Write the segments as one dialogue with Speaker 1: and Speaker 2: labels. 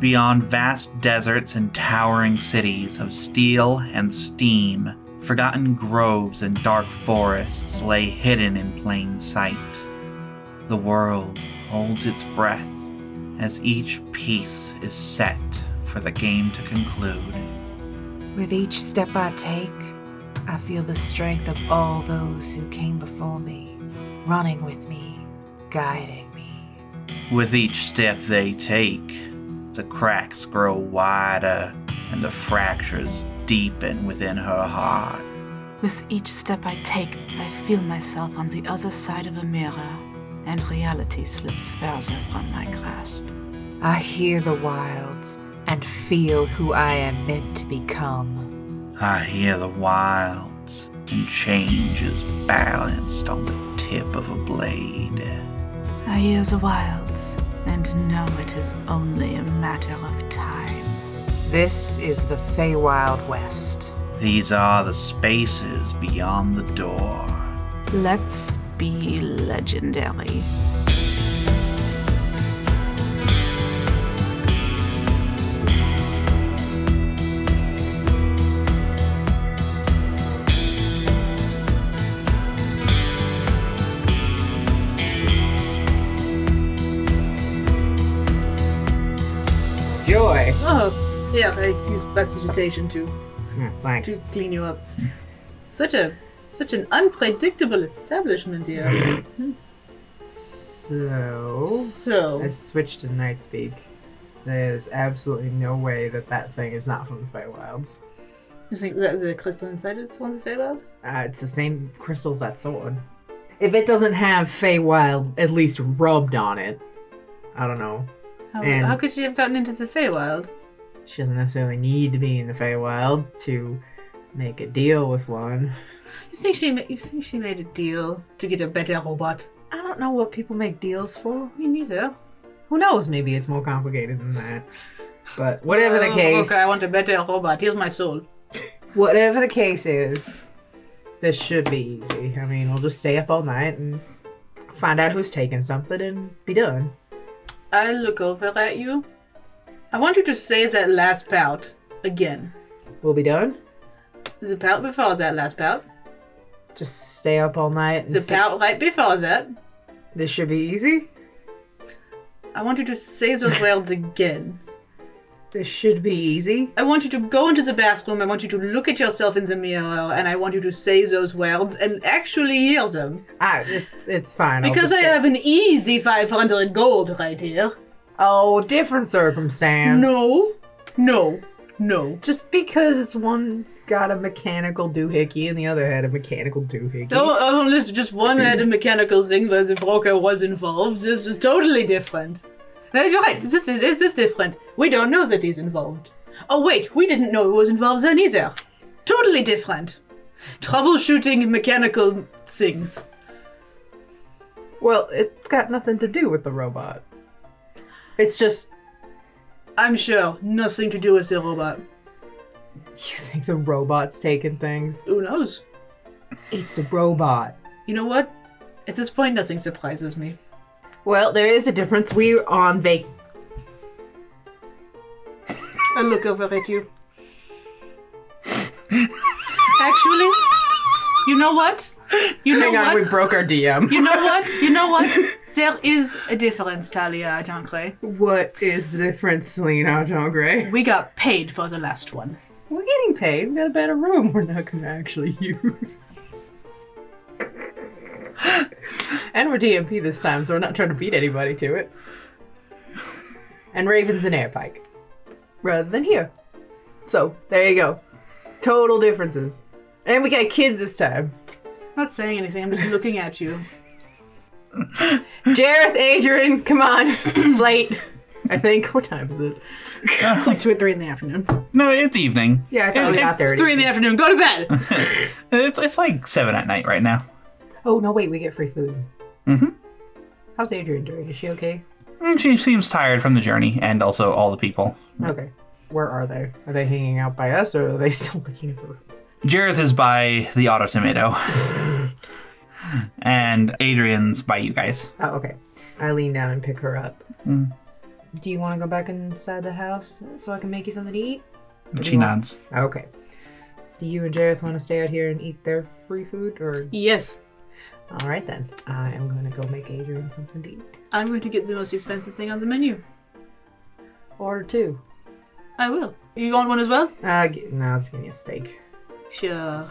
Speaker 1: beyond vast deserts and towering cities of steel and steam, forgotten groves and dark forests lay hidden in plain sight. The world holds its breath as each piece is set for the game to conclude.
Speaker 2: With each step I take, I feel the strength of all those who came before me, running with me, guiding me.
Speaker 1: With each step they take, the cracks grow wider and the fractures deepen within her heart.
Speaker 3: With each step I take, I feel myself on the other side of a mirror, and reality slips further from my grasp.
Speaker 2: I hear the wilds and feel who I am meant to become.
Speaker 1: I hear the wilds, and change is balanced on the tip of a blade.
Speaker 3: I hear the wilds, and know it is only a matter of time.
Speaker 2: This is the Feywild West.
Speaker 1: These are the spaces beyond the door.
Speaker 3: Let's be legendary.
Speaker 4: Joy.
Speaker 5: Oh, yeah, I used prestidigitation to to
Speaker 4: Thanks.
Speaker 5: clean you up. Such a such an unpredictable establishment here.
Speaker 4: So, I
Speaker 5: So
Speaker 4: switched to night speak. There's absolutely no way that that thing is not from the Feywilds.
Speaker 5: you think that the crystal inside it's one of the Feywild?
Speaker 4: Uh, it's the same crystals that sword. If it doesn't have Feywild at least rubbed on it, I don't know.
Speaker 5: How,
Speaker 4: And-
Speaker 5: how could she have gotten into the Feywild?
Speaker 4: She doesn't necessarily need to be in the Feywild to make a deal with one.
Speaker 5: You think she ma- you think she made a deal to get a better robot?
Speaker 2: I don't know what people make deals for.
Speaker 5: Me neither.
Speaker 4: Who knows? Maybe it's more complicated than that. But whatever the
Speaker 5: Oh,
Speaker 4: case,
Speaker 5: Okay, I want a better robot. Here's my soul.
Speaker 4: whatever the case is, this should be easy. I mean, we'll just stay up all night and find out who's taking something and be done.
Speaker 5: I look over at you. I want you to say that last pout again.
Speaker 4: We'll be done.
Speaker 5: The pout before that last pout.
Speaker 4: Just stay up all night. And
Speaker 5: The
Speaker 4: see-
Speaker 5: pout right before that.
Speaker 4: This should be easy.
Speaker 5: I want you to say those words again.
Speaker 4: This should be easy.
Speaker 5: I want you to go into the bathroom. I want you to look at yourself in the mirror, and I want you to say those words and actually hear them.
Speaker 4: Ah, it's it's fine. I'll
Speaker 5: Because I
Speaker 4: just say-
Speaker 5: have an easy 500 gold right here.
Speaker 4: Oh, different circumstance.
Speaker 5: No, no, no.
Speaker 4: Just because one's got a mechanical doohickey and the other had a mechanical doohickey.
Speaker 5: No, oh, listen, just one had a mechanical thing where the broker was involved. This is totally different. Uh, You're right. This is, this is different. We don't know that he's involved. Oh wait, we didn't know he was involved then either. Totally different. Troubleshooting mechanical things.
Speaker 4: Well, it's got nothing to do with the robot. It's just
Speaker 5: I'm sure nothing to do with the robot.
Speaker 4: you think the robot's taking things.
Speaker 5: Who knows?
Speaker 4: It's a robot.
Speaker 5: You know what? At this point, nothing surprises me.
Speaker 4: Well, there is a difference. We're on vac.
Speaker 5: I look over at you. Actually, you know what? You know
Speaker 4: Hang on,
Speaker 5: what?
Speaker 4: we broke our DM.
Speaker 5: You know what? You know what? There is a difference, Talia Jankre.
Speaker 4: what is the difference, Selena Jean Grey?
Speaker 5: We got paid for the last one.
Speaker 4: We're getting paid. We got a better room. We're not gonna actually use. and we're DMP this time, so we're not trying to beat anybody to it. And Ravens and Airpike, rather than here. So there you go. Total differences. And we got kids this time.
Speaker 5: not saying anything. I'm just looking at you.
Speaker 4: Jareth, Adrian, come on. it's late. I think. What time is it?
Speaker 5: It's like two or three in the afternoon.
Speaker 1: No, it's evening.
Speaker 4: Yeah, I thought we got there.
Speaker 5: It's three in the afternoon. Go to bed.
Speaker 1: It's it's like seven at night right now.
Speaker 4: Oh no, wait, we get free food. Mm-hmm. How's Adrian doing? Is she okay?
Speaker 1: Mm, She seems tired from the journey and also all the people.
Speaker 4: Okay. Where are they? Are they hanging out by us or are they still looking at the room?
Speaker 1: Jareth is by the auto tomato. and Adrian's by you guys.
Speaker 4: Oh, okay. I lean down and pick her up. Do you want to go back inside the house so I can make you something to eat?
Speaker 1: She nods.
Speaker 4: Okay. Do you and Jareth want to stay out here and eat their free food or
Speaker 5: Yes.
Speaker 4: all right then. I am gonna go make Adrian something to eat.
Speaker 5: I'm going to get the most expensive thing on the menu.
Speaker 4: Or two.
Speaker 5: I will. You want one as well?
Speaker 4: Uh g- no, just give me a steak.
Speaker 5: Sure.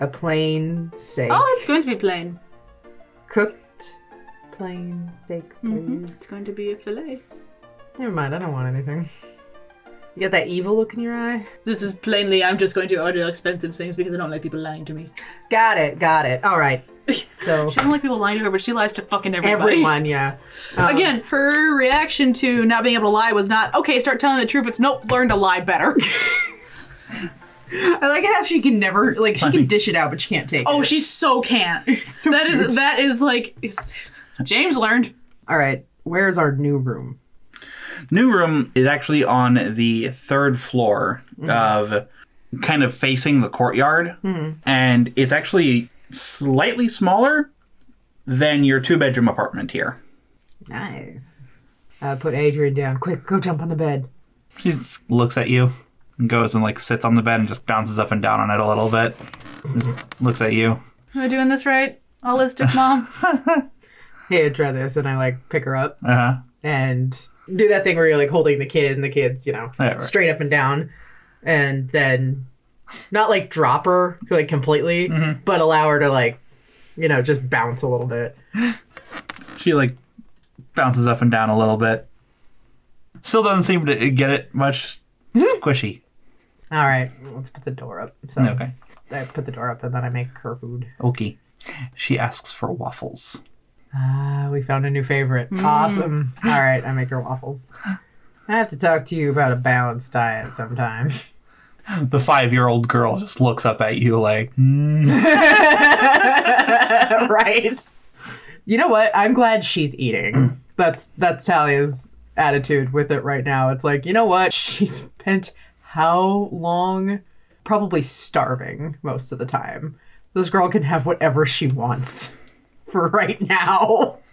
Speaker 4: A plain steak.
Speaker 5: Oh, it's going to be plain.
Speaker 4: cooked plain steak, please.
Speaker 5: Mhm. It's going to be a fillet.
Speaker 4: Never mind, I don't want anything. You got that evil look in your eye?
Speaker 5: This is plainly, I'm just going to order expensive things because I don't like people lying to me.
Speaker 4: Got it, got it. All right. So,
Speaker 5: She doesn't like people lying to her, but she lies to fucking everybody.
Speaker 4: everyone, yeah. Um,
Speaker 5: Again, her reaction to not being able to lie was not, okay, start telling the truth. It's nope, learn to lie better.
Speaker 4: I like how she can never, like, she
Speaker 1: Funny.
Speaker 4: can dish it out, but she can't take
Speaker 5: oh,
Speaker 4: it.
Speaker 5: she so can't. That is that is like, it's- James learned.
Speaker 4: All right, where's our new room?
Speaker 1: New room is actually on the third floor of kind of facing the courtyard. And it's actually slightly smaller than your two bedroom apartment here.
Speaker 4: Nice. Uh, put Adrian down. Quick, go jump on the bed.
Speaker 1: She just looks at you and goes and like sits on the bed and just bounces up and down on it a little bit. Looks at you.
Speaker 5: Am I doing this right? Holistic mom?
Speaker 4: Here, try this. And I, like, pick her up
Speaker 1: Uh huh.
Speaker 4: and do that thing where you're, like, holding the kid and the kid's, you know,
Speaker 1: Yeah, right.
Speaker 4: straight up and down. And then not, like, drop her, like, completely,
Speaker 1: Mm-hmm.
Speaker 4: but allow her to, like, you know, just bounce a little bit.
Speaker 1: She like bounces up and down a little bit. Still doesn't seem to get it much. Squishy.
Speaker 4: All right, let's put the door up. So
Speaker 1: Okay.
Speaker 4: I put the door up and then I make her food.
Speaker 1: Okay. She asks for waffles.
Speaker 4: Ah, we found a new favorite.
Speaker 1: Mm.
Speaker 4: Awesome. All right, I make her waffles. I have to talk to you about a balanced diet sometime.
Speaker 1: The five-year-old girl just looks up at you like, "Hmm."
Speaker 4: right? You know what? I'm glad she's eating. That's that's Talia's attitude with it right now. It's like, you know what? She spent how long probably starving most of the time. This girl can have whatever she wants for right now.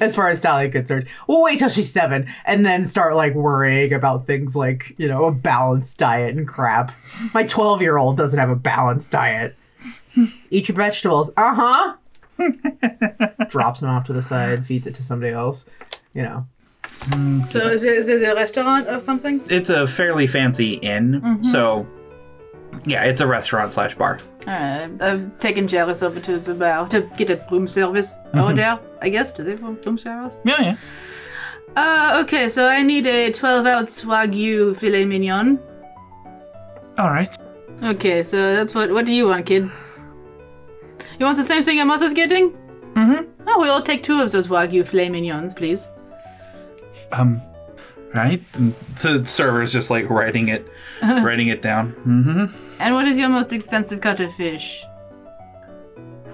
Speaker 4: As far as Talia concerned, we'll wait till she's seven and then start like worrying about things like, you know, a balanced diet and crap. My 12 year old doesn't have a balanced diet. Eat your vegetables. Uh huh. Drops them off to the side, feeds it to somebody else. You know,
Speaker 5: so is this, is a restaurant or something?
Speaker 1: "It's a fairly fancy inn,
Speaker 5: Mm-hmm.
Speaker 1: so yeah, it's a restaurant slash bar."
Speaker 5: Alright, I'm taking Jealous over to the bar to get a room service order, I guess. Do they have room service?
Speaker 1: Yeah, yeah.
Speaker 5: Uh, okay, so I need a 12 ounce Wagyu filet mignon.
Speaker 1: All right.
Speaker 5: Okay, so that's what. What do you want, kid? You want the same thing Amos is getting? Mm-hmm. Oh, we all take two of those Wagyu filet mignons, please.
Speaker 1: Um, right. And the server's just like writing it, writing it down. Mm-hmm.
Speaker 5: And what is your most expensive cut of fish?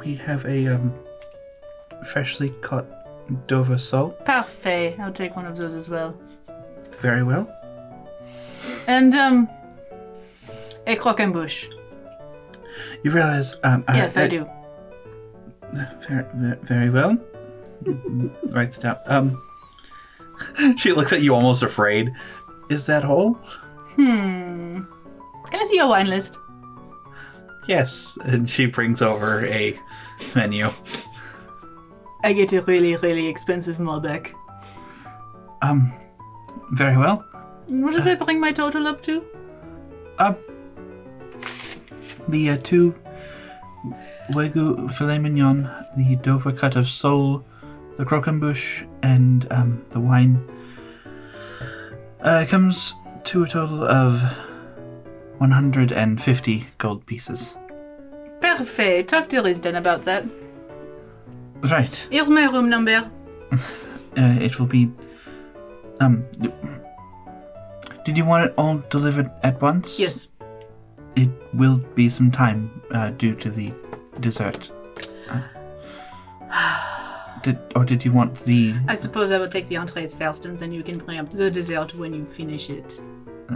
Speaker 1: We have a um, freshly cut Dover salt.
Speaker 5: Parfait. I'll take one of those as well.
Speaker 1: Very well.
Speaker 5: And um, a croquembouche.
Speaker 1: You realize? Um,
Speaker 6: Uh,
Speaker 5: Yes, I do.
Speaker 1: Very, ve- very well. Writes down. Um, she looks at you almost afraid. Is that all?
Speaker 5: Can I see your wine list?
Speaker 1: Yes. And she brings over a menu.
Speaker 5: I get a really, really expensive Malbec.
Speaker 1: Um, very well.
Speaker 5: And What does that bring my total up to?
Speaker 1: Um, the uh, two Wagyu filet mignon, the Dover cut of sole, the croquembouche, and um, the wine uh, comes to a total of 150 gold pieces.
Speaker 5: Perfect. Talk to Risden about that.
Speaker 1: Right.
Speaker 5: Here's my room number.
Speaker 1: Uh, it will be. Um. Did you want it all delivered at once?
Speaker 5: Yes.
Speaker 1: It will be some time uh, due to the dessert. Uh, did or did you want the?
Speaker 5: I suppose I will take the entrees first, and then you can bring up the dessert when you finish it.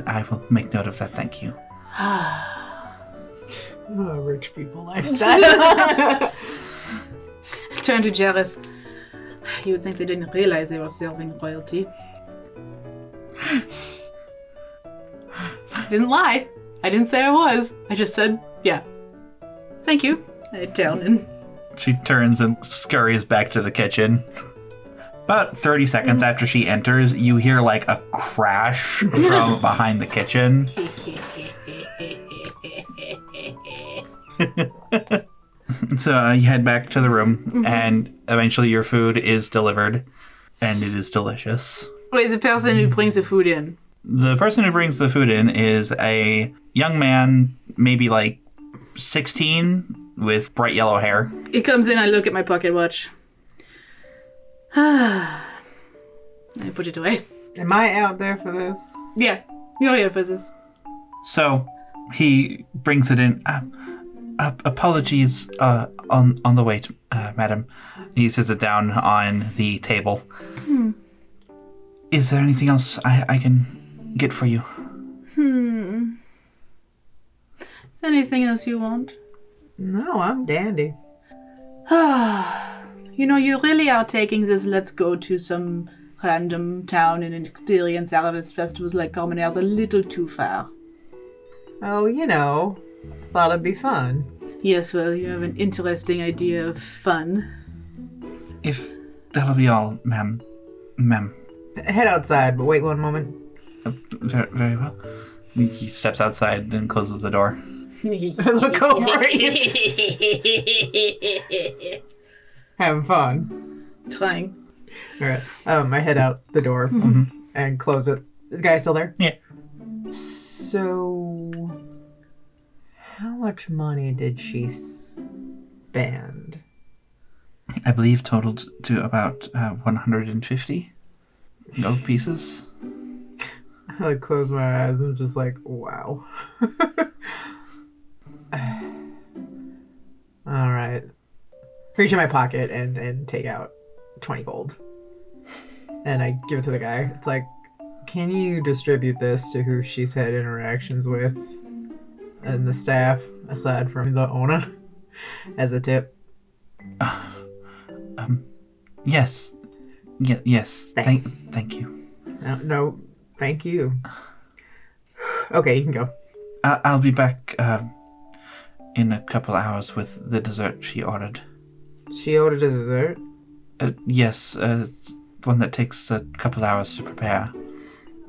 Speaker 1: I will make note of that. Thank you.
Speaker 4: Oh, rich people lifestyle.
Speaker 5: Turn to Jairus. You would think they didn't realize they were serving royalty. didn't lie. I didn't say I was. I just said, yeah. Thank you. I down and
Speaker 1: She turns and scurries back to the kitchen. About 30 seconds after she enters, you hear like a crash from behind the kitchen. so uh, you head back to the room, and eventually your food is delivered, and it is delicious.
Speaker 5: Wait, the person who brings the food in.
Speaker 1: The person who brings the food in is a young man, maybe like 16, with bright yellow hair.
Speaker 5: He comes in, I look at my pocket watch. I put it away.
Speaker 4: Am I out there for this?
Speaker 5: Yeah, you're here for this.
Speaker 1: So he brings it in. Uh, uh, apologies uh, on on the wait, uh, madam. He sits it down on the table. Is there anything else I, I can get for you?
Speaker 5: Is there anything else you want?
Speaker 4: No, I'm dandy.
Speaker 5: You know, you really are taking this let's go to some random town and experience Aravis festivals like Carmenaires a little too far.
Speaker 4: Oh, you know, thought it'd be fun.
Speaker 5: Yes, well, you have an interesting idea of fun.
Speaker 1: If that'll be all, ma'am. Ma'am.
Speaker 4: Head outside, but wait one moment.
Speaker 1: Very, very well. He steps outside and closes the door.
Speaker 4: I look over at you. Having fun.
Speaker 5: Trying.
Speaker 4: All right. Um, I head out the door and close it. Is the guy still there?
Speaker 1: Yeah.
Speaker 4: So, how much money did she spend?
Speaker 1: I believe totaled to about uh, 150 gold pieces.
Speaker 4: I like close my eyes and just like, wow. All right. Reach in my pocket and and take out twenty gold. And I give it to the guy. It's like, can you distribute this to who she's had interactions with, and the staff aside from the owner, as a tip?
Speaker 1: Yes. Ye- yes. Thank,
Speaker 4: Thanks.
Speaker 1: thank you.
Speaker 4: No, no, thank you. Okay, you can go.
Speaker 1: I- I'll be back um, in a couple hours with the dessert she ordered.
Speaker 4: She ordered a dessert.
Speaker 1: Uh, yes, uh, it's one that takes a couple hours to prepare.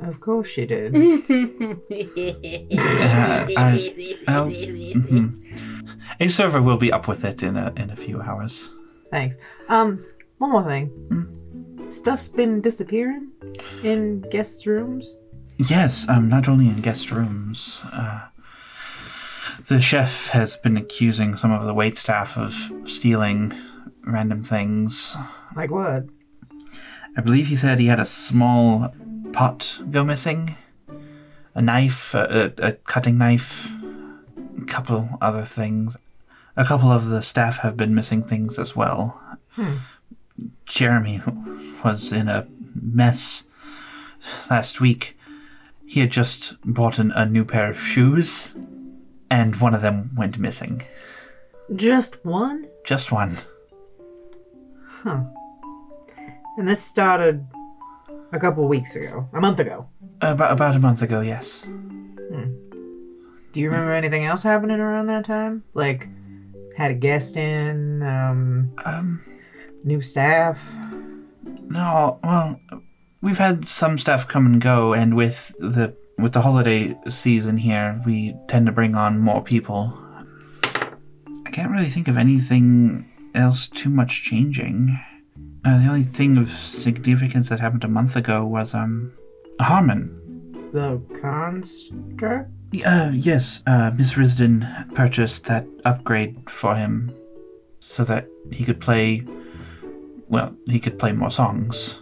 Speaker 4: Of course she did.
Speaker 1: Uh, I, I'll- mhm. A server will be up with it in a, in a few hours.
Speaker 4: Thanks. Um, one more thing. Stuff's been disappearing in guest rooms.
Speaker 1: Yes, um, not only in guest rooms. Uh, the chef has been accusing some of the waitstaff of stealing random things.
Speaker 4: Like what?
Speaker 1: I believe he said he had a small pot go missing, a knife, a, a, a cutting knife, a couple other things. A couple of the staff have been missing things as well. Jeremy was in a mess last week. He had just bought an, a new pair of shoes, and one of them went missing.
Speaker 4: Just one?
Speaker 1: Just one.
Speaker 4: And this started a couple weeks ago, a month ago.
Speaker 1: About, about a month ago, yes.
Speaker 4: Do you remember anything else happening around that time? Like, had a guest in, um,
Speaker 1: Um.
Speaker 4: new staff?
Speaker 1: No, well, we've had some stuff come and go, and with the with the holiday season here, we tend to bring on more people. I can't really think of anything else too much changing. Uh, the only thing of significance that happened a month ago was um, Harmon
Speaker 4: the construct?
Speaker 1: Uh, yes, uh, Miss Risden purchased that upgrade for him so that he could play, well, he could play more songs.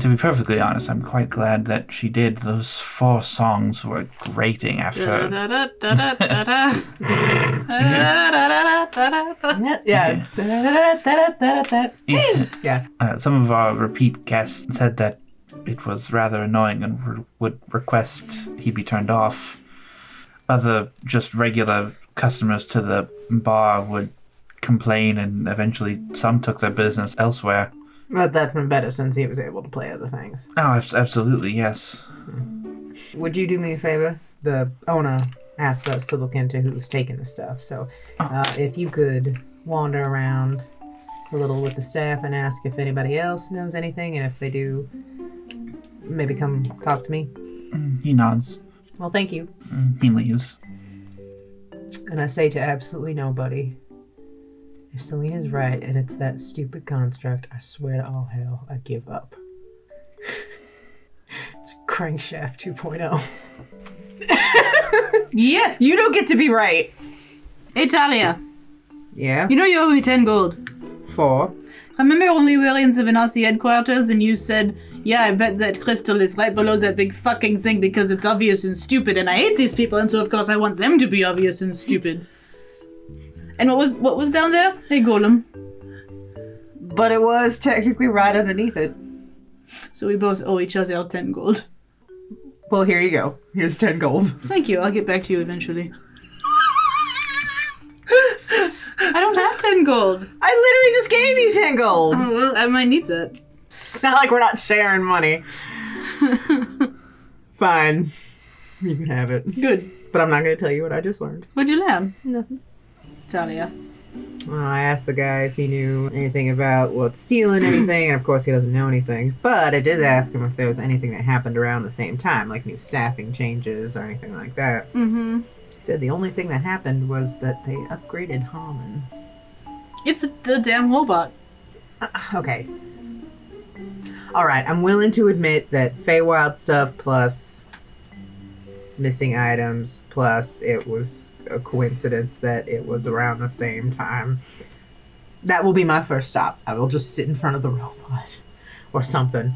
Speaker 1: To be perfectly honest, I'm quite glad that she did. Those four songs were grating after.
Speaker 4: Yeah. Da-da-da-da-da-da-da.
Speaker 1: Yeah.
Speaker 4: Yeah.
Speaker 1: Uh, some of our repeat guests said that it was rather annoying and re- would request he be turned off. Other just regular customers to the bar would complain, and eventually some took their business elsewhere.
Speaker 4: But that's been better since he was able to play other things.
Speaker 1: Oh, abs- absolutely, yes.
Speaker 4: Would you do me a favor? The owner asked us to look into who's taking the stuff. So uh, if you could wander around a little with the staff and ask if anybody else knows anything, and if they do, maybe come talk to me.
Speaker 1: He nods.
Speaker 4: Well, thank you.
Speaker 1: He leaves.
Speaker 4: And I say to absolutely nobody, if Selena's right and it's that stupid construct, I swear to all hell, I give up. it's Crankshaft oh. 2.0.
Speaker 5: Yeah.
Speaker 4: You don't get to be right.
Speaker 5: Italia,
Speaker 4: Yeah.
Speaker 5: you know you owe me 10 gold.
Speaker 4: Four.
Speaker 5: Remember when we were in the Venassi headquarters and you said, yeah, I bet that crystal is right below that big fucking thing because it's obvious and stupid and I hate these people and so of course I want them to be obvious and stupid. And what was what was down there? Hey Golem.
Speaker 4: But it was technically right underneath it.
Speaker 5: So we both owe each other 10 gold.
Speaker 4: Well, here you go. Here's 10 gold.
Speaker 5: Thank you. I'll get back to you eventually. I don't have 10 gold.
Speaker 4: I literally just gave you 10 gold.
Speaker 5: Oh, well, I might need that.
Speaker 4: It's not like we're not sharing money. Fine. You can have it.
Speaker 5: Good.
Speaker 4: But I'm not going to tell you what I just learned.
Speaker 5: What'd you learn?
Speaker 4: Nothing.
Speaker 5: Talia.
Speaker 4: Well, I asked the guy if he knew anything about what's stealing anything, and of course he doesn't know anything. But I did ask him if there was anything that happened around the same time, like new staffing changes or anything like that. Mm-hmm. He said the only thing that happened was that they upgraded Harmon.
Speaker 5: It's the damn robot.
Speaker 4: Okay. All right, I'm willing to admit that Feywild stuff plus missing items plus it was a coincidence that it was around the same time. That will be my first stop. I will just sit in front of the robot or something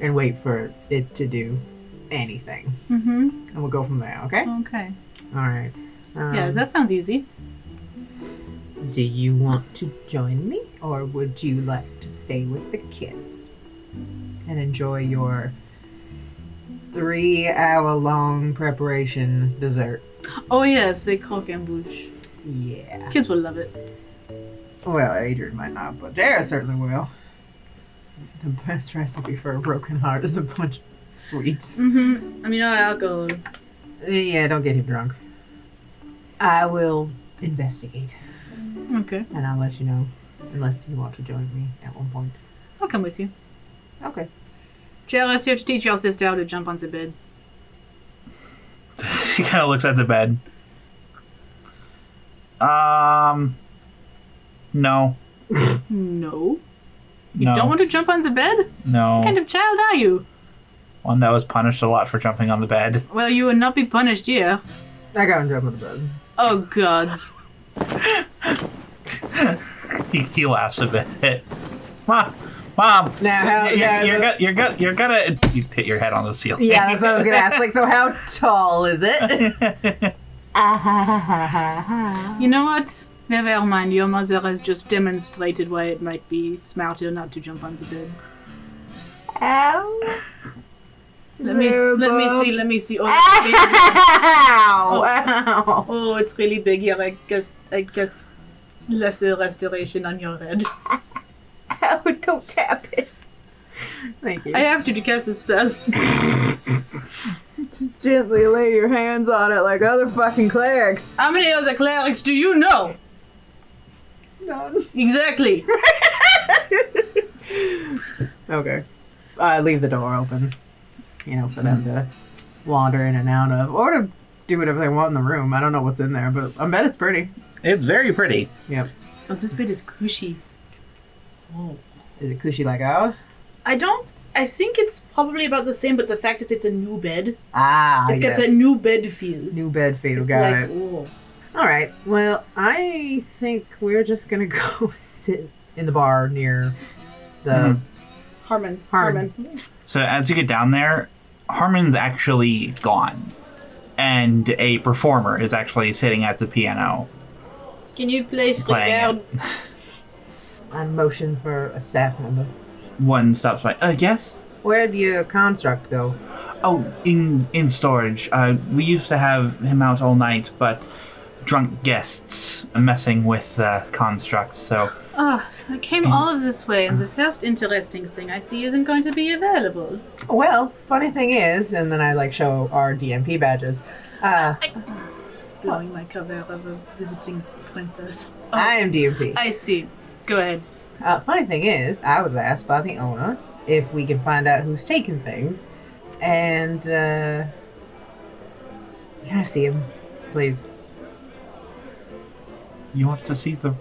Speaker 4: and wait for it to do anything.
Speaker 5: Mm-hmm.
Speaker 4: And we'll go from there, okay?
Speaker 5: Okay.
Speaker 4: All right. Um,
Speaker 5: yeah, that sounds easy.
Speaker 4: Do you want to join me, or would you like to stay with the kids and enjoy your three hour long preparation dessert?
Speaker 5: Oh yes, they croque en bouche.
Speaker 4: Yeah.
Speaker 5: Kids will love it.
Speaker 4: Well, Adrian might not, but Dara certainly will. It's the best recipe for a broken heart is a bunch of sweets.
Speaker 5: Mm-hmm. I mean, no alcohol.
Speaker 4: Yeah, don't get him drunk. I will investigate,
Speaker 5: Okay.
Speaker 4: and I'll let you know, unless you want to join me at one point.
Speaker 5: I'll come with you.
Speaker 4: Okay.
Speaker 5: JLS, you have to teach your sister how to jump onto bed.
Speaker 1: She kind of looks at the bed. Um. No.
Speaker 5: No. You
Speaker 1: no.
Speaker 5: don't want to jump on the bed? What
Speaker 1: No.
Speaker 5: kind of child are you?
Speaker 1: One that was punished a lot for jumping on the bed.
Speaker 5: Well, you will not be punished here.
Speaker 4: I got him jumping the bed.
Speaker 5: Oh, gods.
Speaker 1: He, he laughs a bit. Mom, mom.
Speaker 4: Now, how-
Speaker 1: you're,
Speaker 4: now-
Speaker 1: you're, go- you're, go- you're gonna you hit your head on the ceiling.
Speaker 4: Yeah, that's what I was gonna ask. Like, so how tall is it?
Speaker 5: You know what? Never mind. Your mother has just demonstrated why it might be smarter not to jump on the bed.
Speaker 4: Ow!
Speaker 5: Let me,
Speaker 4: There,
Speaker 5: let me
Speaker 4: Bob.
Speaker 5: see. Let me see. Oh, it's really big.
Speaker 4: Ow!
Speaker 5: oh, it's really big here. I guess. I guess. Lesser restoration on your head.
Speaker 4: Ow! Oh, Don't tap it. Thank you.
Speaker 5: I have to cast a spell.
Speaker 4: Gently lay your hands on it like other fucking clerics.
Speaker 5: How many other clerics do you know?
Speaker 4: None.
Speaker 5: Exactly.
Speaker 4: Okay. I leave the door open, you know, for them to wander in and out of, or to do whatever they want in the room. I don't know what's in there, but I bet it's pretty.
Speaker 1: It's very pretty.
Speaker 4: Yep.
Speaker 5: Oh, this bed is cushy.
Speaker 4: Is it cushy like ours?
Speaker 5: I don't I think it's probably about the same, but the fact is, it's a new bed.
Speaker 4: Ah,
Speaker 5: It's got
Speaker 4: yes.
Speaker 5: a new bed feel.
Speaker 4: new bed for you,
Speaker 5: It's
Speaker 4: got
Speaker 5: like,
Speaker 4: it.
Speaker 5: oh.
Speaker 4: All right. Well, I think we're just gonna go sit in the bar near the.
Speaker 6: Mhm.
Speaker 5: Harmon.
Speaker 4: Harmon.
Speaker 6: So as you get down there, Harmon's actually gone, and a performer is actually sitting at the piano.
Speaker 5: Can you play
Speaker 6: Playing
Speaker 5: Frigard?
Speaker 4: I motion for a staff member.
Speaker 6: One stops by. Uh, yes.
Speaker 4: Where'd your construct go?
Speaker 6: Oh, in in storage. Uh, we used to have him out all night, but drunk guests messing with the construct. So
Speaker 5: Ah, I
Speaker 4: Mm.
Speaker 5: came all of this way, and the first interesting thing I see isn't going to be available.
Speaker 4: Well, funny thing is, and then I like show our DMP badges. Uh,
Speaker 5: Blowing my cover of a visiting princess.
Speaker 4: I am DMP.
Speaker 5: I see. Go ahead.
Speaker 4: Uh, funny thing is, I was asked by the owner if we can find out who's taking things, and uh, can I see him, please?
Speaker 6: you want to see the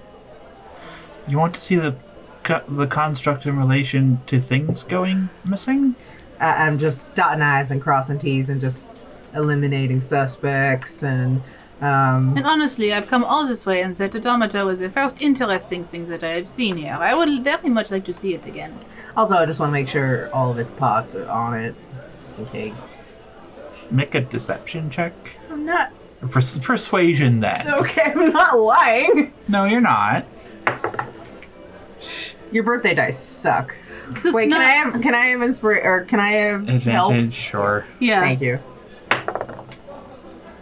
Speaker 6: you want to see the co- the construct in relation to things going missing.
Speaker 4: I- I'm just dotting i's and crossing t's and just eliminating suspects and um,
Speaker 5: And honestly, I've come all this way, and that odometer was the first interesting thing that I have seen here. I would very much like to see it again.
Speaker 4: also I just want to make sure all of its pots are on it, just in case.
Speaker 6: Make a deception check.
Speaker 4: I'm not
Speaker 6: Pers- persuasion then.
Speaker 4: okay. I'm not lying.
Speaker 6: No, you're not.
Speaker 4: Your birthday dice suck.
Speaker 5: 'Cause it's
Speaker 4: Wait,
Speaker 5: not-
Speaker 4: can I have can I have inspira- or can I have help?
Speaker 6: Advantage, sure.
Speaker 5: Yeah.
Speaker 4: Thank you.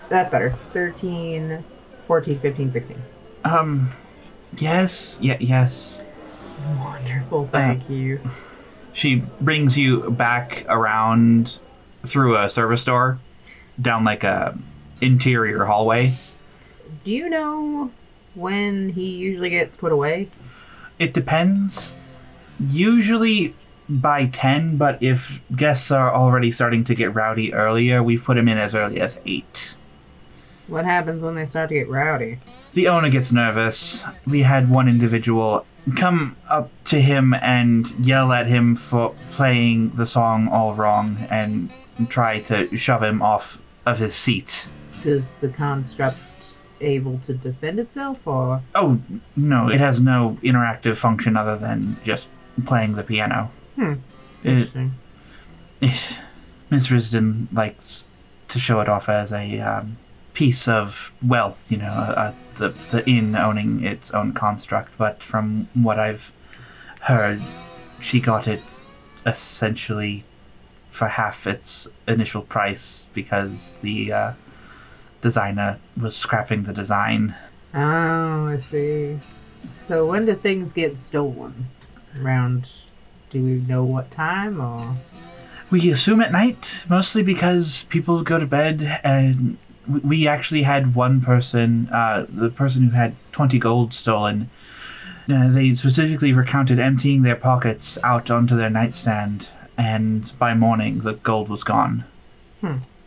Speaker 4: That's better. 13, 14, 15, 16.
Speaker 6: Um, yes, yeah, yes.
Speaker 4: Wonderful. Thank you.
Speaker 6: She brings you back around through a service door, down like a interior hallway.
Speaker 4: Do you know when he usually gets put away?
Speaker 6: It depends. Usually by ten, but if guests are already starting to get rowdy earlier, we put them in as early as eight.
Speaker 4: What happens when they start to get rowdy?
Speaker 6: The owner gets nervous. We had one individual come up to him and yell at him for playing the song all wrong and try to shove him off of his seat.
Speaker 4: Does the construct able to defend itself or
Speaker 6: Oh, no, it has no interactive function other than just playing the piano.
Speaker 4: Hmm.
Speaker 6: It- it- Miss Risden likes to show it off as a um, piece of wealth, you know, uh, the, the inn owning its own construct, but from what I've heard, she got it essentially for half its initial price because the uh, designer was scrapping the design.
Speaker 4: Oh, I see. So when do things get stolen? Around do we know what time or
Speaker 6: We assume at night, mostly because people go to bed, and we- we actually had one person, uh, the person who had 20 gold stolen. Uh, they specifically recounted emptying their pockets out onto their nightstand, and by morning the gold was gone.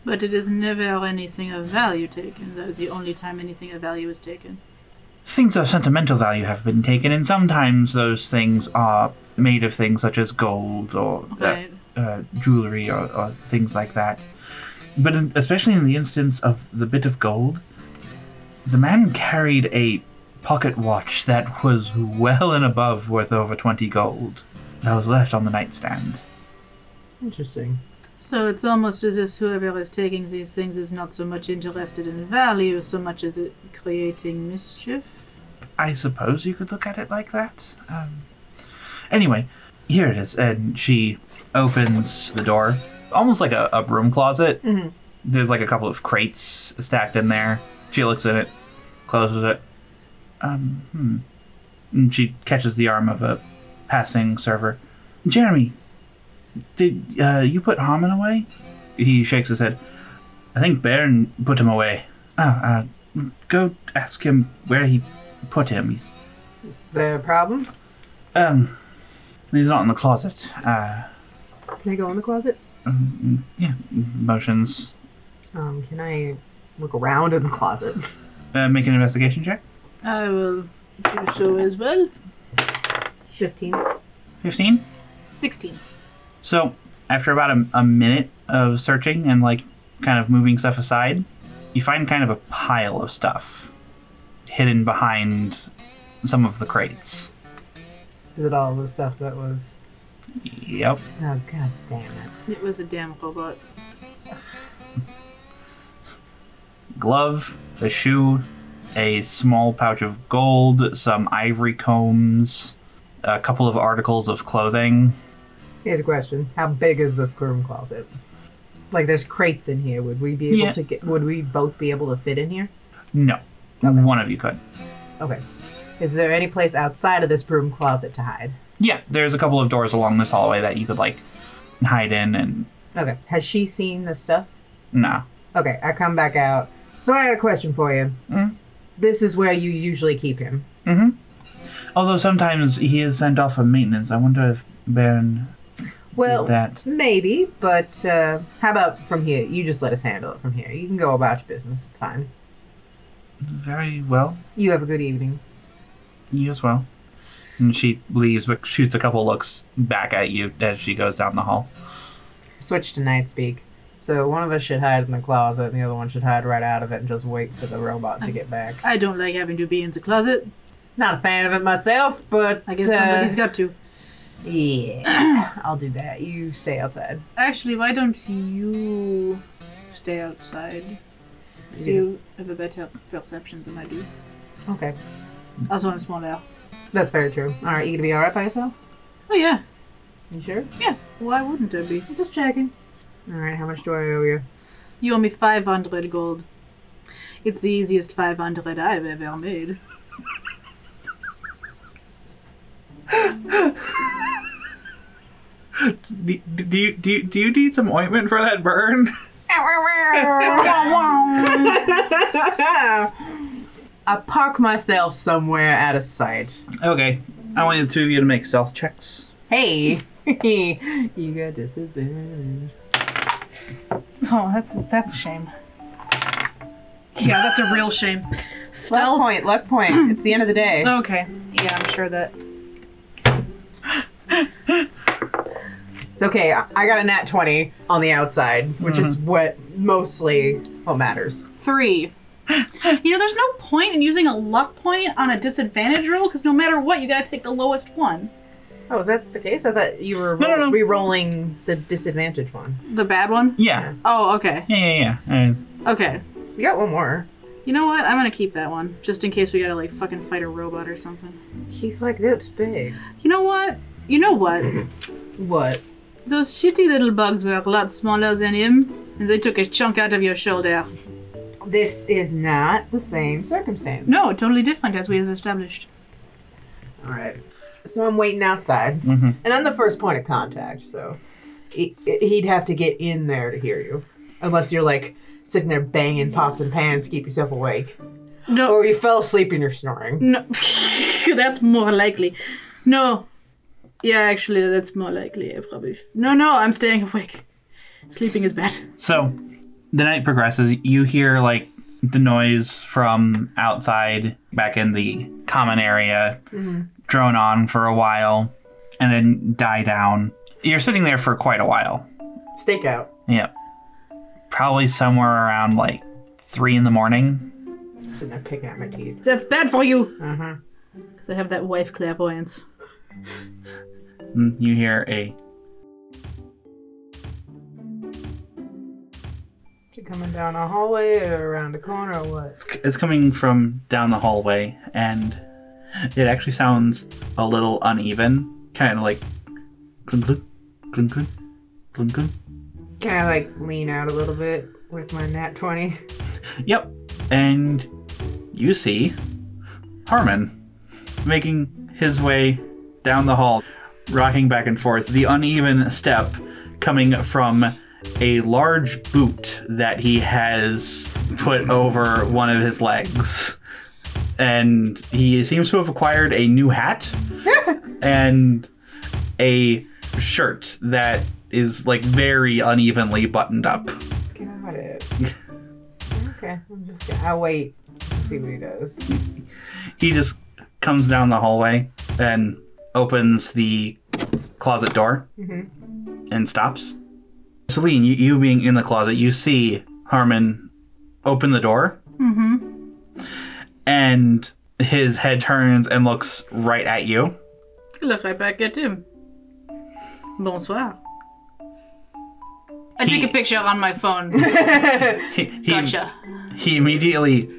Speaker 5: But it is never anything of value taken. That is the only time anything of value is taken.
Speaker 6: Things of sentimental value have been taken, and sometimes those things are made of things such as gold or uh,
Speaker 5: Right.
Speaker 6: uh, jewelry or, or things like that. But in, especially in the instance of the bit of gold, the man carried a pocket watch that was well and above worth over 20 gold that was left on the nightstand.
Speaker 4: interesting.
Speaker 5: So it's almost as if whoever is taking these things is not so much interested in value so much as it creating mischief.
Speaker 6: I suppose you could look at it like that. Um, anyway, here it is. And she opens the door, almost like a, a broom closet.
Speaker 4: Mhm.
Speaker 6: There's like a couple of crates stacked in there. She looks at it, closes it. Um, hmm. And she catches the arm of a passing server. Jeremy, did uh, you put Harmon away? He shakes his head. I think Baron put him away. Oh, uh, go ask him where he put him. He's
Speaker 4: The problem?
Speaker 6: um, he's not in the closet. Uh,
Speaker 4: Can I go in the closet?
Speaker 6: mm, yeah, motions.
Speaker 4: Um, can I look around in the closet?
Speaker 6: Uh, make an investigation check.
Speaker 5: I will do so as well.
Speaker 4: Fifteen.
Speaker 6: Fifteen.
Speaker 5: 16.
Speaker 1: So after about a, a minute of searching and like kind of moving stuff aside, you find kind of a pile of stuff hidden behind some of the crates.
Speaker 4: Is it all the stuff that was?
Speaker 1: Yep.
Speaker 4: Oh god damn it!
Speaker 5: It was a damn robot.
Speaker 1: glove, a shoe, a small pouch of gold, some ivory combs, a couple of articles of clothing.
Speaker 4: Here's a question: How big is this room closet? Like, there's crates in here. Would we be able
Speaker 1: Yeah.
Speaker 4: to get? Would we both be able to fit in here?
Speaker 1: No, one of you could.
Speaker 4: Okay. Is there any place outside of this broom closet to hide?
Speaker 1: Yeah, there's a couple of doors along this hallway that you could like hide in and
Speaker 4: Okay. Has she seen the stuff?
Speaker 1: nah.
Speaker 4: Okay, I come back out. So I had a question for you. This is where you usually keep him.
Speaker 1: Although sometimes he is sent off for maintenance. I wonder if Baron
Speaker 4: Well,
Speaker 1: did that.
Speaker 4: maybe, but uh, how about from here? You just let us handle it from here. You can go about your business. It's fine.
Speaker 1: Very well.
Speaker 4: You have a good evening.
Speaker 1: You as well. And she leaves, but shoots a couple looks back at you as she goes down the hall.
Speaker 4: Switch to night speak. So one of us should hide in the closet, and the other one should hide right out of it and just wait for the robot to get back.
Speaker 5: I don't like having to be in the closet.
Speaker 4: Not a fan of it myself, but
Speaker 5: I guess
Speaker 4: uh,
Speaker 5: somebody's got to.
Speaker 4: Yeah, I'll do that. You stay outside.
Speaker 5: Actually, why don't you stay outside? You have a better perception than I do.
Speaker 4: Okay,
Speaker 5: Also, I'm smaller.
Speaker 4: that's very true. All right, you gonna be all right by yourself?
Speaker 5: Oh yeah,
Speaker 4: You sure?
Speaker 5: yeah. Why wouldn't I be?
Speaker 4: Just checking. All right, how much do I owe you?
Speaker 5: You owe me 500 gold. It's the easiest 500 I've ever made.
Speaker 1: Do, do, you, do, you, do you need some ointment for that burn?
Speaker 4: I park myself somewhere out of sight.
Speaker 1: Okay. I want the two of you to make stealth checks.
Speaker 4: Hey, you got disadvantage.
Speaker 5: Oh, that's that's a shame. Yeah, that's a real shame.
Speaker 4: Luck
Speaker 5: Stealth.
Speaker 4: point, luck point. It's the end of the day.
Speaker 5: Okay. Yeah, I'm sure that.
Speaker 4: It's okay. I I got a nat 20 on the outside, which is
Speaker 1: Mm-hmm.
Speaker 4: what mostly what matters.
Speaker 5: Three. You know, there's no point in using a luck point on a disadvantage roll because no matter what, you gotta take the lowest one.
Speaker 4: Oh, is that the case? I thought you were
Speaker 1: No, no, no.
Speaker 4: re-rolling the disadvantage one.
Speaker 5: The bad one?
Speaker 1: Yeah.
Speaker 5: Oh, okay.
Speaker 1: Yeah, yeah, yeah. Uh,
Speaker 5: Okay.
Speaker 4: You got one more.
Speaker 5: You know what? I'm gonna keep that one just in case we gotta like fucking fight a robot or something.
Speaker 4: She's like this big.
Speaker 5: You know what? You know what?
Speaker 4: What?
Speaker 5: Those shitty little bugs were a lot smaller than him, and they took a chunk out of your shoulder.
Speaker 4: This is not the same circumstance.
Speaker 5: No, totally different, as we have established.
Speaker 4: All right. So I'm waiting outside, and I'm the first point of contact. So he, he'd have to get in there to hear you, unless you're like sitting there banging pots and pans to keep yourself awake,
Speaker 5: No,
Speaker 4: or you fell asleep and you're snoring.
Speaker 5: no, that's more likely. No, yeah, actually, that's more likely. I probably no, no, I'm staying awake. Sleeping is bad.
Speaker 1: So the night progresses. You hear like the noise from outside back in the common area drone on for a while and then die down. You're sitting there for quite a while.
Speaker 4: Stakeout.
Speaker 1: Yep. Probably somewhere around like three in the morning.
Speaker 4: I'm sitting there picking at my teeth.
Speaker 5: That's bad for you.
Speaker 4: Uh huh.
Speaker 5: Because I have that wife clairvoyance.
Speaker 1: Mm, You hear a
Speaker 4: Is it coming down a hallway or around a corner or what?
Speaker 1: it's coming from down the hallway and it actually sounds a little uneven. Kinda like clunk clunk clunk clunk clunk clunk.
Speaker 4: Can I like lean out a little bit with my nat twenty?
Speaker 1: Yep. And you see Harmon making his way down the hall, rocking back and forth, the uneven step coming from a large boot that he has put over one of his legs. And he seems to have acquired a new hat and a shirt that is like very unevenly buttoned up.
Speaker 4: Got it. okay, I'm just. I wait. See what he does.
Speaker 1: he just comes down the hallway and opens the closet door and stops. Celine, you, you being in the closet, you see Harmon open the door. And his head turns and looks right at you.
Speaker 5: Look right back at him. Bonsoir. I
Speaker 1: He-
Speaker 5: take a picture on my phone.
Speaker 1: He, he,
Speaker 5: Gotcha.
Speaker 1: he immediately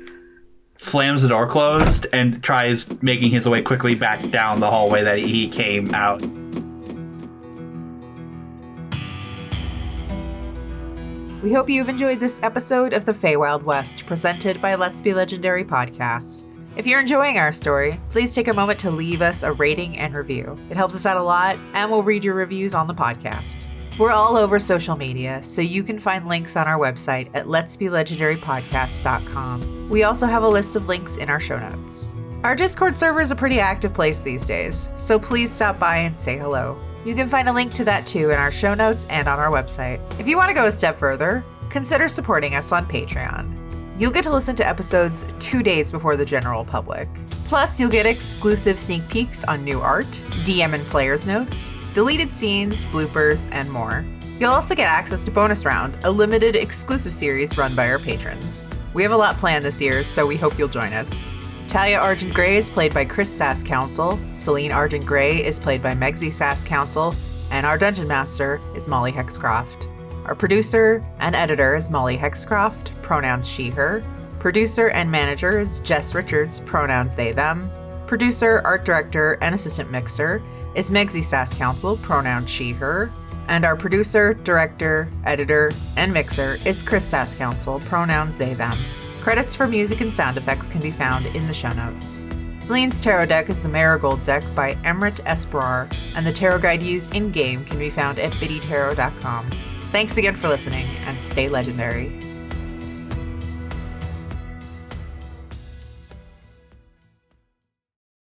Speaker 1: slams the door closed and tries making his way quickly back down the hallway that he came out.
Speaker 2: We hope you've enjoyed this episode of the Feywild West, presented by Let's Be Legendary Podcast. If you're enjoying our story, please take a moment to leave us a rating and review. It helps us out a lot, and we'll read your reviews on the podcast. We're all over social media, so you can find links on our website at letsbelegendarypodcast.com. We also have a list of links in our show notes. Our Discord server is a pretty active place these days, so please stop by and say hello. You can find a link to that too in our show notes and on our website. If you want to go a step further, consider supporting us on Patreon. You'll get to listen to episodes two days before the general public. Plus, you'll get exclusive sneak peeks on new art, DM and players notes, deleted scenes, bloopers, and more. You'll also get access to Bonus Round, a limited exclusive series run by our patrons. We have a lot planned this year, so we hope you'll join us. Talia Argent Gray is played by Chris Sass Council, Celine Argent Gray is played by Megzi Sass Council, and our Dungeon Master is Molly Hexcroft. Our producer and editor is Molly Hexcroft, pronouns she, her. Producer and manager is Jess Richards, pronouns they, them. Producer, art director, and assistant mixer is Megzi Sass Council, pronouns she, her. And our producer, director, editor, and mixer is Chris Sass Council, pronouns they, them. Credits for music and sound effects can be found in the show notes. Celine's tarot deck is the Marigold deck by Emrit Esperar, and the tarot guide used in game can be found at biddytarot.com. Thanks again for listening, and stay legendary.